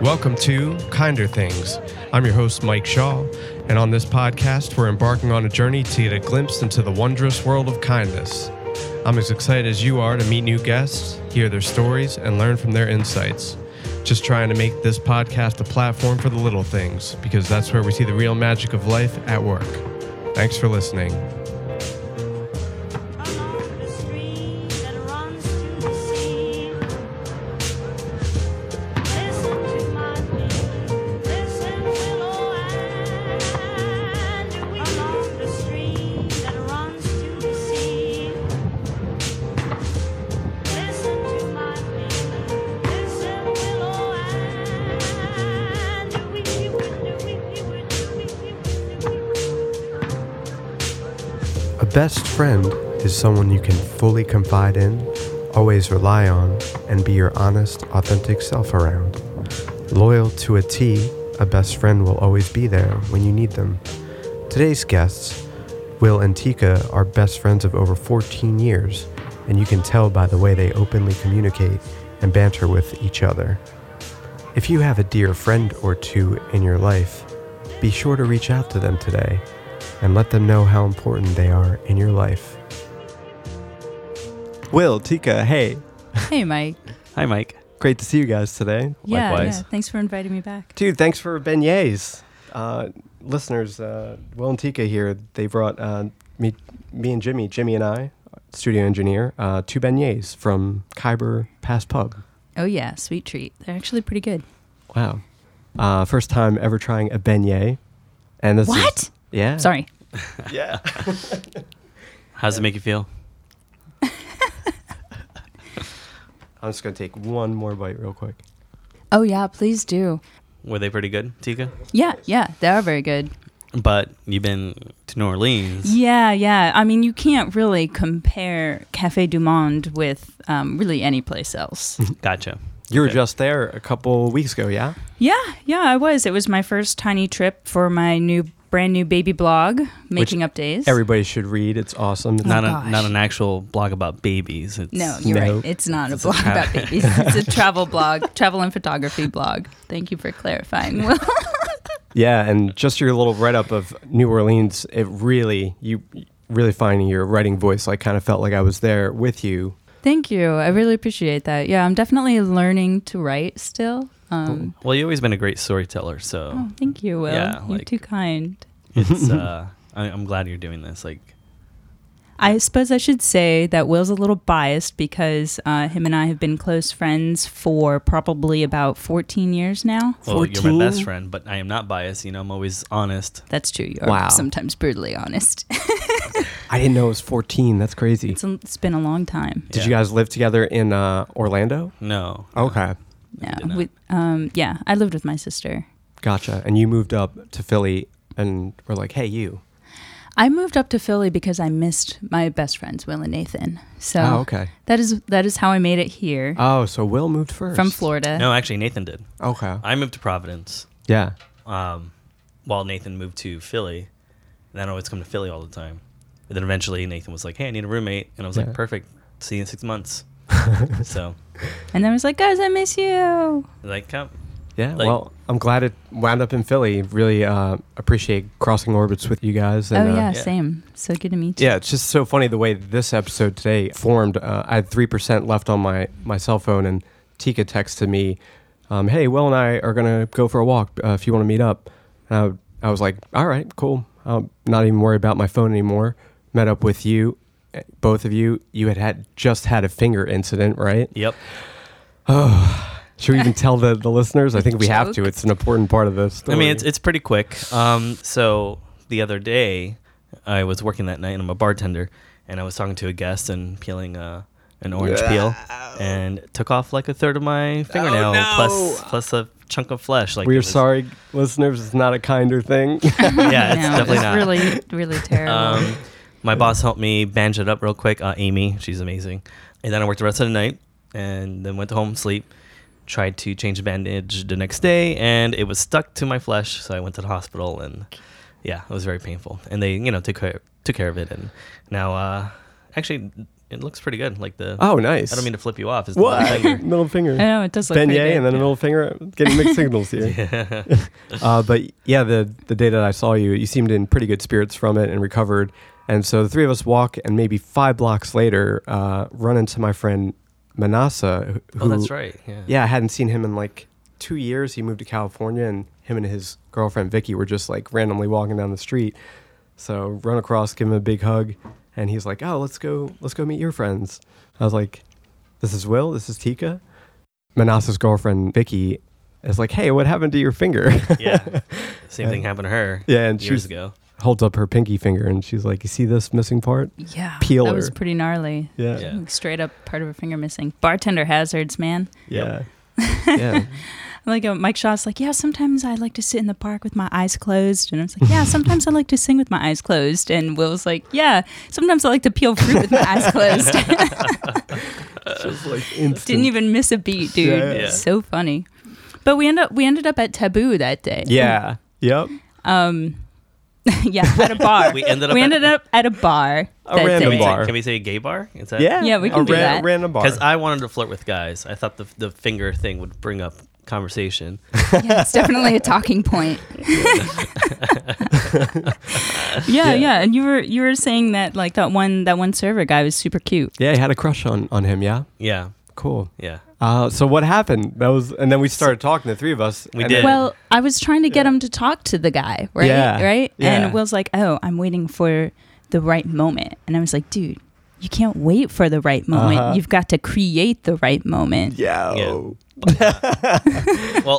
Welcome to Kinder Things. I'm your host, Mike Shaw, and on this podcast, we're embarking on a journey to get a glimpse into the wondrous world of kindness. I'm as excited as you are to meet new guests, hear their stories, and learn from their insights. Just trying to make this podcast a platform for the little things, because that's where we see the real magic of life at work. Thanks for listening. Run over the stream that runs to the sea. Listen to my plea. Listen, willow, and we run over the stream that runs to the sea. Listen to my plea. Listen, willow, and we we we A best friend is someone you can fully confide in, always rely on, and be your honest, authentic self around. Loyal to a T, a best friend will always be there when you need them. Today's guests, Will and Tika, are best friends of over 14 years, and you can tell by the way they openly communicate and banter with each other. If you have a dear friend or two in your life, be sure to reach out to them today and let them know how important they are in your life. Will, Tika, hey. Hey, Mike. Hi, Mike. Great to see you guys today. Yeah, Likewise. yeah. Thanks for inviting me back. Dude, thanks for beignets. Uh, listeners, uh, Will and Tika here, they brought uh, me, me and Jimmy, Jimmy and I, studio engineer, uh, two beignets from Khyber Pass Pub. Oh yeah, sweet treat. They're actually pretty good. Wow. Uh, first time ever trying a beignet. And this is What? yeah. Sorry. Yeah. How does it make you feel? I'm just going to take one more bite real quick. Oh yeah, please do. Were they pretty good, Tika? Yeah, yeah, they are very good. But you've been to New Orleans. Yeah, yeah. I mean, you can't really compare Cafe du Monde with um, really any place else. Gotcha. You were Okay. just there a couple weeks ago, yeah? yeah, yeah, I was. It was my first tiny trip for my new, brand new baby blog, Making Up Days. Everybody should read. It's awesome. It's Not Oh gosh. a, not an actual blog about babies. It's, no, you're No. right. It's not It's a a blog tra- about babies. it's a travel blog, travel and photography blog. Thank you for clarifying. Will. Yeah, and just your little write up of New Orleans, it really you really finding your writing voice. I kind of felt like I was there with you. Thank you. I really appreciate that. Yeah, I'm definitely learning to write still. Um, Well, you've always been a great storyteller, so oh, thank you, Will. Yeah, You're like- too kind. it's. Uh, I, I'm glad you're doing this. Like, I suppose I should say that Will's a little biased because uh, him and I have been close friends for probably about 14 years now. well, you're 14? my best friend, but I am not biased. You know, I'm always honest. That's true. You are Wow. sometimes brutally honest. I didn't know it was fourteen. That's crazy. it's, a- it's been a long time. Did you guys live together in uh, Orlando? No. Okay, Yeah, did not. with, um, yeah, I lived with my sister. gotcha. And you moved up to Philly, and we're like, hey, you. I moved up to Philly because I missed my best friends, Will and Nathan. So Oh, okay. that is that is how I made it here Oh, so Will moved first from Florida. No, actually, Nathan did. Okay. I moved to Providence, Yeah. um, while Nathan moved to Philly. And then I always come to Philly all the time. And then eventually Nathan was like, "Hey, I need a roommate," and I was Yeah. like, "Perfect. See you in six months." so, And then I was like, guys, I miss you. like, come. Yeah. Like- well, I'm glad it wound up in Philly. Really uh, appreciate crossing orbits with you guys. And, oh, uh, yeah, yeah. same. So good to meet you. Yeah, it's just so funny the way this episode today formed. Uh, I had three percent left on my my cell phone, and Tika texted me, um, "Hey, Will and I are gonna go for a walk. Uh, if you want to meet up," and I, I was like, "All right, cool. I'm not even worried about my phone anymore." Met up with you, eh, both of you. You had had just had a finger incident, right? Yep. Should we even tell the the listeners? I think we have to. Joke. It's an important part of this. I mean, it's it's pretty quick. Um, so the other day, I was working that night, and I'm a bartender, and I was talking to a guest and peeling uh, an orange peel, and took off like a third of my fingernail plus plus a chunk of flesh. Like it Oh, we're was- sorry, listeners. It's not a kinder thing. Yeah, it's No, definitely it's not. really, really terrible. Um, my boss helped me bandage it up real quick. Uh, Amy, she's amazing. And then I worked the rest of the night, and then went to home sleep. Tried to change the bandage the next day, and it was stuck to my flesh. So I went to the hospital, and yeah, it was very painful. And they, you know, took care took care of it, and now uh, actually it looks pretty good. Like the Oh, nice. I don't mean to flip you off. It's the What? middle finger. middle finger. I know it does look pretty Beignet good. and then a middle finger. Getting mixed signals here. Uh, but yeah, the the day that I saw you, you seemed in pretty good spirits from it and recovered. And so the three of us walk, and maybe five blocks later, uh, run into my friend Manasa. Who, oh, that's right. Yeah. Yeah, I hadn't seen him in like two years. He moved to California, and him and his girlfriend Vicky were just like randomly walking down the street. So run across, give him a big hug, and he's like, "Oh, let's go, let's go meet your friends." I was like, "This is Will. This is Tika." Manasa's girlfriend Vicky is like, "Hey, what happened to your finger?" yeah. Same thing happened to her. Yeah, and she years was- ago. Holds up her pinky finger, and she's like, "You see this missing part?" Yeah, Peeler. that was pretty gnarly. Yeah, Yeah. Like, straight up part of a finger missing. Bartender hazards, man. yeah, yeah. Like uh, Mike Shaw's like, yeah, sometimes I like to sit in the park with my eyes closed. And I was like, yeah, sometimes I like to sing with my eyes closed. And Will's like, yeah, sometimes I like to peel fruit with my eyes closed. just like instant. Didn't even miss a beat, dude. Yeah. Yeah. So funny. But we end up we ended up at Taboo that day. Yeah. Yep. Um yeah, at a bar. We ended up we at- ended up at a bar. A that random day. bar. Can we say gay bar? Is that Yeah. Yeah, we can a do that. Random bar. Because I wanted to flirt with guys. I thought the the finger thing would bring up conversation. Yeah, it's definitely a talking point. yeah, yeah, And you were you were saying that like that one that one server guy was super cute. Yeah, I had a crush on on him. Yeah, Yeah. cool. Yeah. Uh, so what happened? That was, and then we started talking. The three of us. We and did. then- Well, I was trying to get him to talk to the guy, right? Yeah, Right? yeah. And Will's like, "Oh, I'm waiting for the right moment." And I was like, "Dude, you can't wait for the right moment. Uh-huh. You've got to create the right moment." Yo. Well,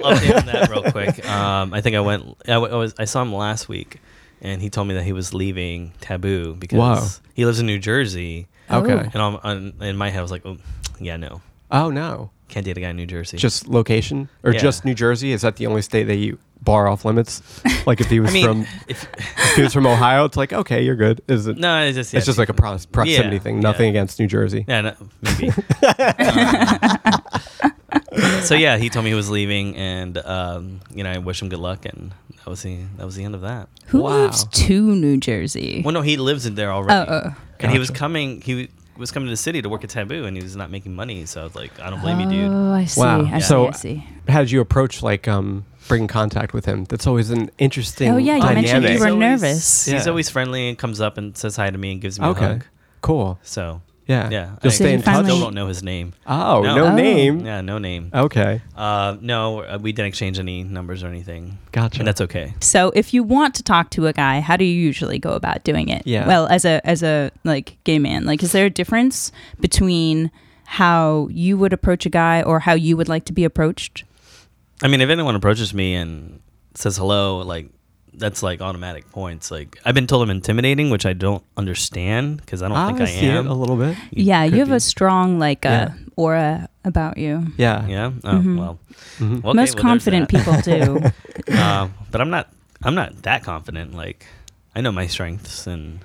update on that real quick. Um, I think I went. I, w- I was. I saw him last week, and he told me that he was leaving Taboo because Wow. he lives in New Jersey. Okay. And I'm, on in my head, I was like, oh, yeah, no, Oh no. can't date a guy in New Jersey. Just location or Yeah. just New Jersey? Is that the only state that you bar off limits? Like if he was I mean, from if, if he was from Ohio, it's like okay, you're good. Is it? no, it's just yeah, It's just like a pro- proximity Yeah, thing. Nothing yeah. against New Jersey. Yeah, no, maybe. Um, so yeah, he told me he was leaving, and um, you know, I wish him good luck, and that was the that was the end of that. Who Wow. moves to New Jersey? Well, no, he lives in there already, Oh, oh. and he was Gotcha. coming. He was coming to the city to work at Taboo, and he was not making money. So I was like, I don't blame you, dude. Oh, I see. Wow. I see. So- I see. How did you approach like um bringing contact with him? That's always an interesting. Oh, yeah, you dynamic. mentioned you He's were always- nervous. He's Yeah. always friendly and comes up and says hi to me and gives me Okay. a hug. Cool. So Yeah. yeah, You'll I stay in So touch. you still finally- don't know his name. Oh, no, No. Oh. name. Yeah, no name. Okay. Uh, no, uh, we didn't exchange any numbers or anything. Gotcha. And that's okay. So if you want to talk to a guy, how do you usually go about doing it? Yeah. Well, as a as a like gay man, like is there a difference between how you would approach a guy or how you would like to be approached? I mean, if anyone approaches me and says hello, like that's like automatic points. Like I've been told I'm intimidating, which I don't understand because I don't think I see am. it a little bit. yeah, could you have be. a strong like Yeah. uh, aura about you. Yeah. Yeah. Oh well. Mhm. Okay, Mm-hmm. Most well, there's confident that. people do. Um, but I'm not. I'm not that confident. Like I know my strengths and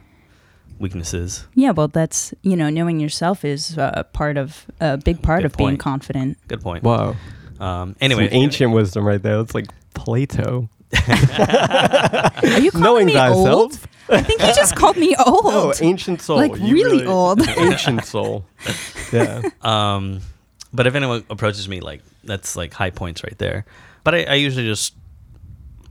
weaknesses. yeah, well, that's you know, knowing yourself is uh, part of a big part Good of being point. confident. Good point. Whoa. um, anyway, Some ancient wisdom right there. It's like Plato. Are you calling Knowing me thyself. old? I think you just called me old. Oh, ancient soul. Like, You really old. ancient soul. Yeah. Um, but if anyone approaches me, like that's like high points right there. But I, I usually just,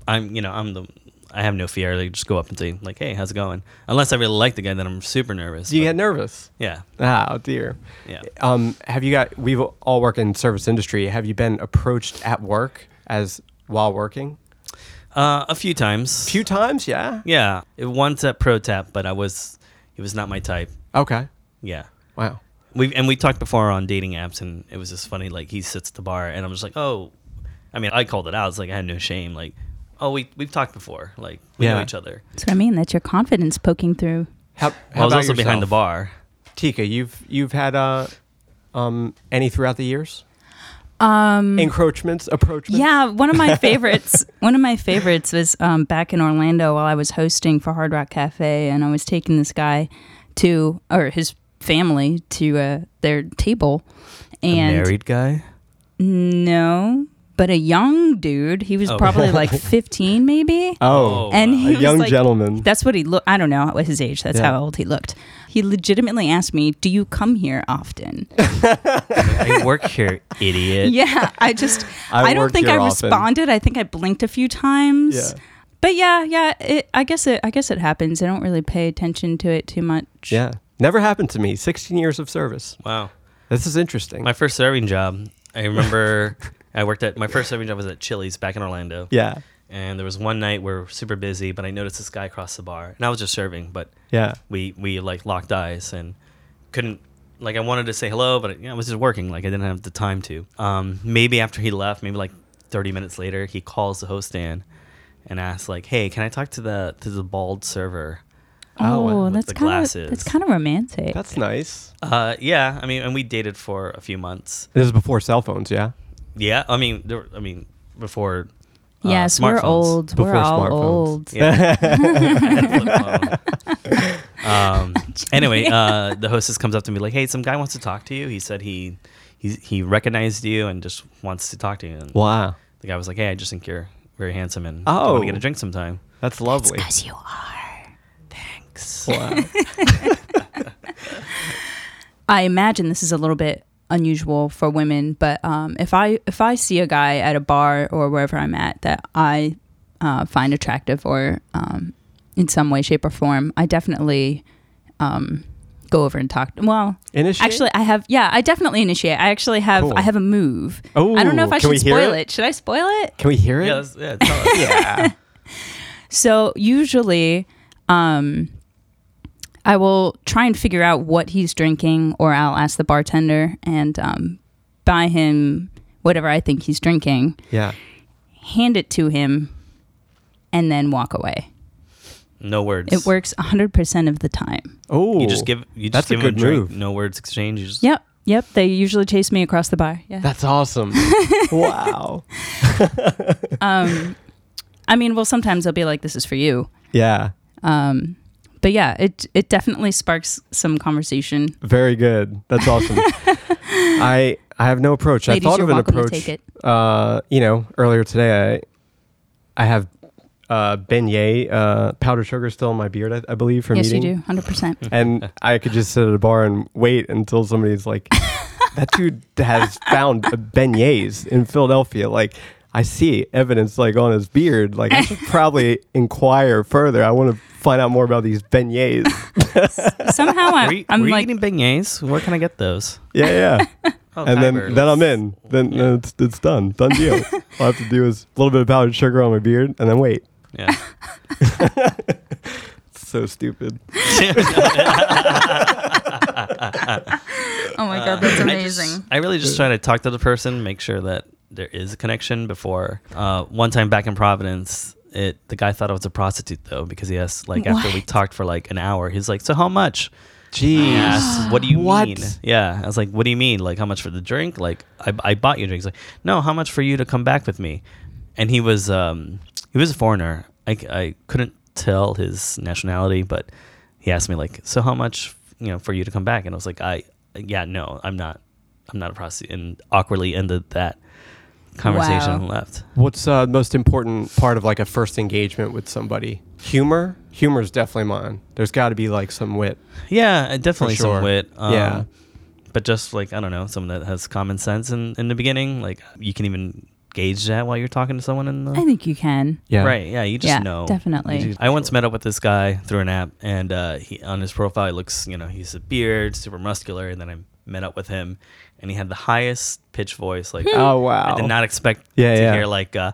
I'm you know I'm the I have no fear. Like just go up and say like, hey, how's it going? Unless I really like the guy, then I'm super nervous. Do you but- get nervous? yeah, Oh dear. yeah. Um, have you got? We've all work in service industry. Have you been approached at work as while working? Uh, a few times. A few times. Yeah. Yeah, it- once at Pro Tap, but I was he was not my type. Okay. Yeah. Wow. We and we talked before on dating apps, and it was just funny. Like he sits at the bar, and I'm just like, oh, I mean, I called it out. It's like I had no shame. Like, oh, we we've talked before. Like we Yeah. know each other. That's what I mean. That's your confidence poking through. How, I was also behind the bar. Tika, you've you've had uh, um, any throughout the years? Um, encroachments, approachments. Mm. Yeah, one of my favorites. one of my favorites was um, back in Orlando while I was hosting for Hard Rock Cafe, and I was taking this guy to or his family to uh, their table, and guy. no, but a young dude. He was Oh. probably like 15, maybe. Oh, and wow. he a was young like- gentleman. That's what he looked. I don't know what his age. That's Yeah. how old he looked. He legitimately asked me, "Do you come here often?" I work here, idiot. yeah, I just I I, don't work think I here often. responded. I think I blinked a few times. Yeah. But yeah, yeah. It, I guess it. I guess it happens. I don't really pay attention to it too much. Yeah. Never happened to me. 16 years of service. Wow. This is interesting. My first serving job, I remember I worked at my first serving job was at Chili's back in Orlando. yeah. And there was one night we are super busy, but I noticed this guy across the bar, and I was just serving, but Yeah. we we like locked eyes and couldn't like I wanted to say hello, but you know, I was just working, like I didn't have the time to. Um, maybe after he left, maybe like 30 minutes later, he calls the host in and asks like, "Hey, can I talk to the to the bald server?" Oh, Oh, with that's the kind of glasses. that's kind of romantic. That's nice. Uh, yeah, I mean, and we dated for a few months. This is before cell phones, yeah? Yeah, I mean, there, were- I mean, before. uh, yes, we're smartphones. old. We're Before all smartphones. old. Yeah. um, anyway, uh, the hostess comes up to me like, "Hey, some guy wants to talk to you. He said he he he recognized you and just wants to talk to you." And Wow. the guy was like, "Hey, I just think you're very handsome and Oh. I want to get a drink sometime." That's lovely. Yes, you are. Wow. I imagine this is a little bit unusual for women, but um, if I if I see a guy at a bar or wherever I'm at that I uh, find attractive or um, in some way, shape, or form, I definitely um, go over and talk. Well, Initiate? actually, I have. Yeah, I definitely initiate. I actually have. Cool. I have a move. I don't know if Ooh, I can we should hear spoil it? it? Should I spoil it? Can we hear it? Yeah, that's- yeah, tell us. Yeah. So usually, um, I will try and figure out what he's drinking, or I'll ask the bartender and um, buy him whatever I think he's drinking, yeah. hand it to him, and then walk away. no words. It works 100% of the time. Oh. You just give you just That's a give him good a move. drink. No words exchange. You just, Yep. Yep. They usually chase me across the bar. Yeah. That's awesome. wow. I mean, well, sometimes they'll be like, this is for you. Yeah. Um, but yeah, it, it definitely sparks some conversation. Very good. That's awesome. I I have no approach. Ladies, I thought you're of an welcome to approach. take it. Uh, you know, earlier today I I have uh beignet uh powdered sugar still in my beard, I, I believe, from yes, eating. you do. 100%. And I could just sit at a bar and wait until somebody's like, that dude has found beignets in Philadelphia. Like, I see evidence like on his beard. Like, I should probably inquire further. I want to find out more about these beignets. Somehow Were I, you, I'm were you like, eating beignets? Where can I get those? Yeah, yeah. Oh, and then, Tiber, then I'm let's- in. Then, then it's, it's done. Done deal. All I have to do is a little bit of powdered sugar on my beard and then wait. Yeah. So stupid. oh my God, that's Uh, I amazing. just- I really just try to talk to the person, make sure that there is a connection before. Uh, one time back in Providence, it the guy thought I was a prostitute though because he asked like after we What? talked for like an hour, he's like, "So how much?" Jeez. I asked, "What do you What? mean?" Yeah, I was like, "What do you mean? Like how much for the drink? Like I, I bought you a drink." He's like, "No, how much for you to come back with me?" And he was um he was a foreigner. I c- I couldn't tell his nationality, but he asked me like, "So how much you know for you to come back?" And I was like, "I yeah no, I'm not." I'm not a prostitute, and awkwardly ended that conversation Wow. and left. What's uh, the most important part of like a first engagement with somebody? Humor. Humor is definitely mine. There's got to be like some wit. Yeah, uh, definitely sure. some wit. Um, Yeah. but just like I don't know, someone that has common sense in in the beginning, like you can even gauge that while you're talking to someone in the I think you can. Yeah. right. Yeah, you just Yeah, know definitely. You just- I once met up with this guy through an app, and uh, he on his profile he looks, you know, he's a beard, super muscular, and then I met up with him, and he had the highest pitch voice, like Hmm. Oh wow. I did not expect Yeah, to yeah. hear like uh,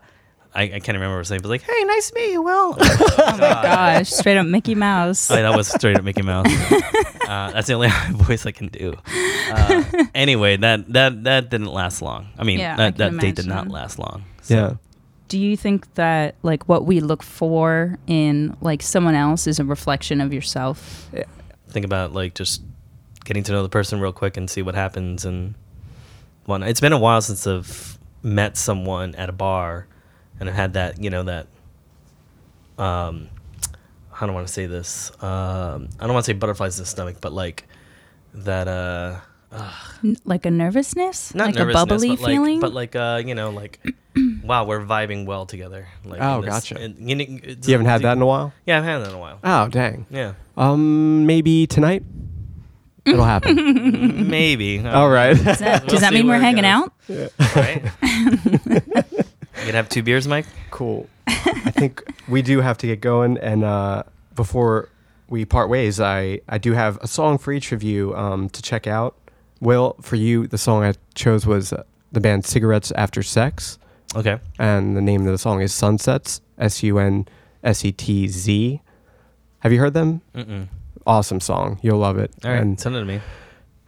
I, I can't remember what his name, but like, hey, nice to meet you, Will. oh my Gosh, straight up Mickey Mouse. Oh, yeah, that was straight up Mickey Mouse. uh, that's the only voice I can do. Uh, anyway, that that that didn't last long. I mean, Yeah, I can that, that date did not imagine. last long. So, Yeah. Do you think that like what we look for in like someone else is a reflection of yourself? Think about like just getting to know the person real quick and see what happens and whatnot. It's been a while since I've met someone at a bar and had that you know that um I don't want to say this. Um, I don't want to say butterflies in the stomach, but like that. uh N- like a nervousness? not like a nervousness, bubbly but feeling? Like, but like uh, you know, like wow, we're vibing well together. Like, Oh, in gotcha. and, you, know, it's- You haven't had that in a while. Yeah, I've had that in a while. Oh, dang. Yeah, Um, maybe tonight. It'll happen. maybe. All right. Does that, We'll does that see mean where we're it hanging goes. out? right? you gonna have two beers, Mike? cool. I think we do have to get going. And uh, before we part ways, I, I do have a song for each of you um, to check out. Will, for you, the song I chose was uh, the band Cigarettes After Sex. Okay. And the name of the song is Sunsets, S U N S E T Z. Have you heard them? Mm-mm. Awesome song. You'll love it. All right, And send it to me.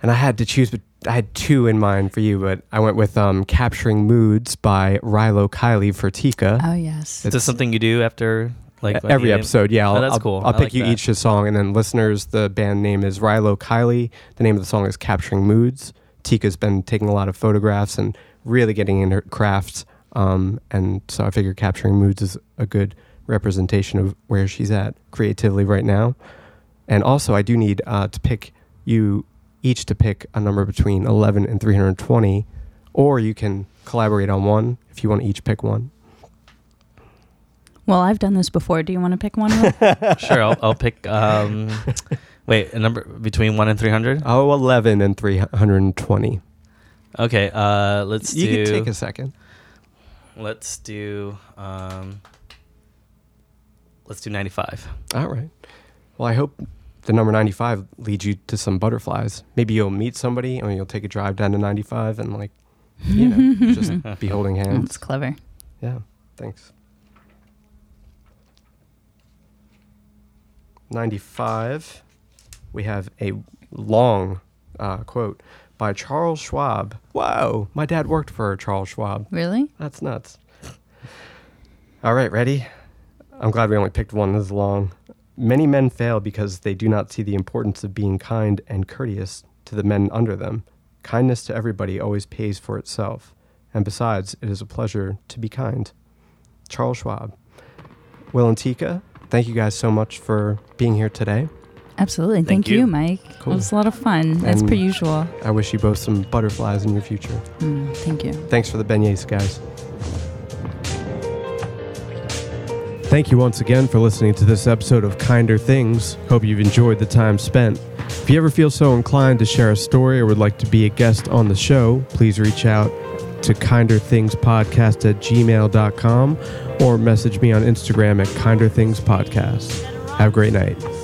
and I had to choose, but I had two in mind for you, but I went with um, "Capturing Moods" by Rilo Kiley for Tika. Oh yes. Is this something you do after like E- every when you- episode, yeah. Oh, I'll, that's I'll- cool. I'll I pick like you that. each a song, and then listeners, the band name is Rilo Kiley. The name of the song is "Capturing Moods." Tika's been taking a lot of photographs and really getting in her craft, um, and so I figure "Capturing Moods" is a good representation of where she's at creatively right now. And also, I do need uh, to pick you each to pick a number between 11 and 320, or you can collaborate on one if you want to each pick one. Well, I've done this before. Do you want to pick one? Will? Sure, I'll, I'll pick. Um, wait, a number between one and three hundred. Oh, 11 and 320. Okay, uh, let's you do. can take a second. let's do. Um, let's do ninety-five. All right. Well, I hope the number 95 leads you to some butterflies. Maybe you'll meet somebody and you'll take a drive down to 95 and, like, you know, just be holding hands. That's clever. Yeah. Thanks. 95, we have a long uh, quote by Charles Schwab. Whoa, my dad worked for Charles Schwab. Really? That's nuts. All right, ready? I'm glad we only picked one this long. Many men fail because they do not see the importance of being kind and courteous to the men under them. Kindness to everybody always pays for itself. And besides, it is a pleasure to be kind. Charles Schwab. Will and Tika, thank you guys so much for being here today. Absolutely. Thank Thank, you. you. Mike. Cool. It was a lot of fun, as And- per usual. I wish you both some butterflies in your future. Mm, thank you. Thanks for the beignets, guys. Thank you once again for listening to this episode of Kinder Things. Hope you've enjoyed the time spent. If you ever feel so inclined to share a story or would like to be a guest on the show, please reach out to kinderthingspodcast at gmail.com or message me on Instagram at kinderthingspodcast. Have a great night.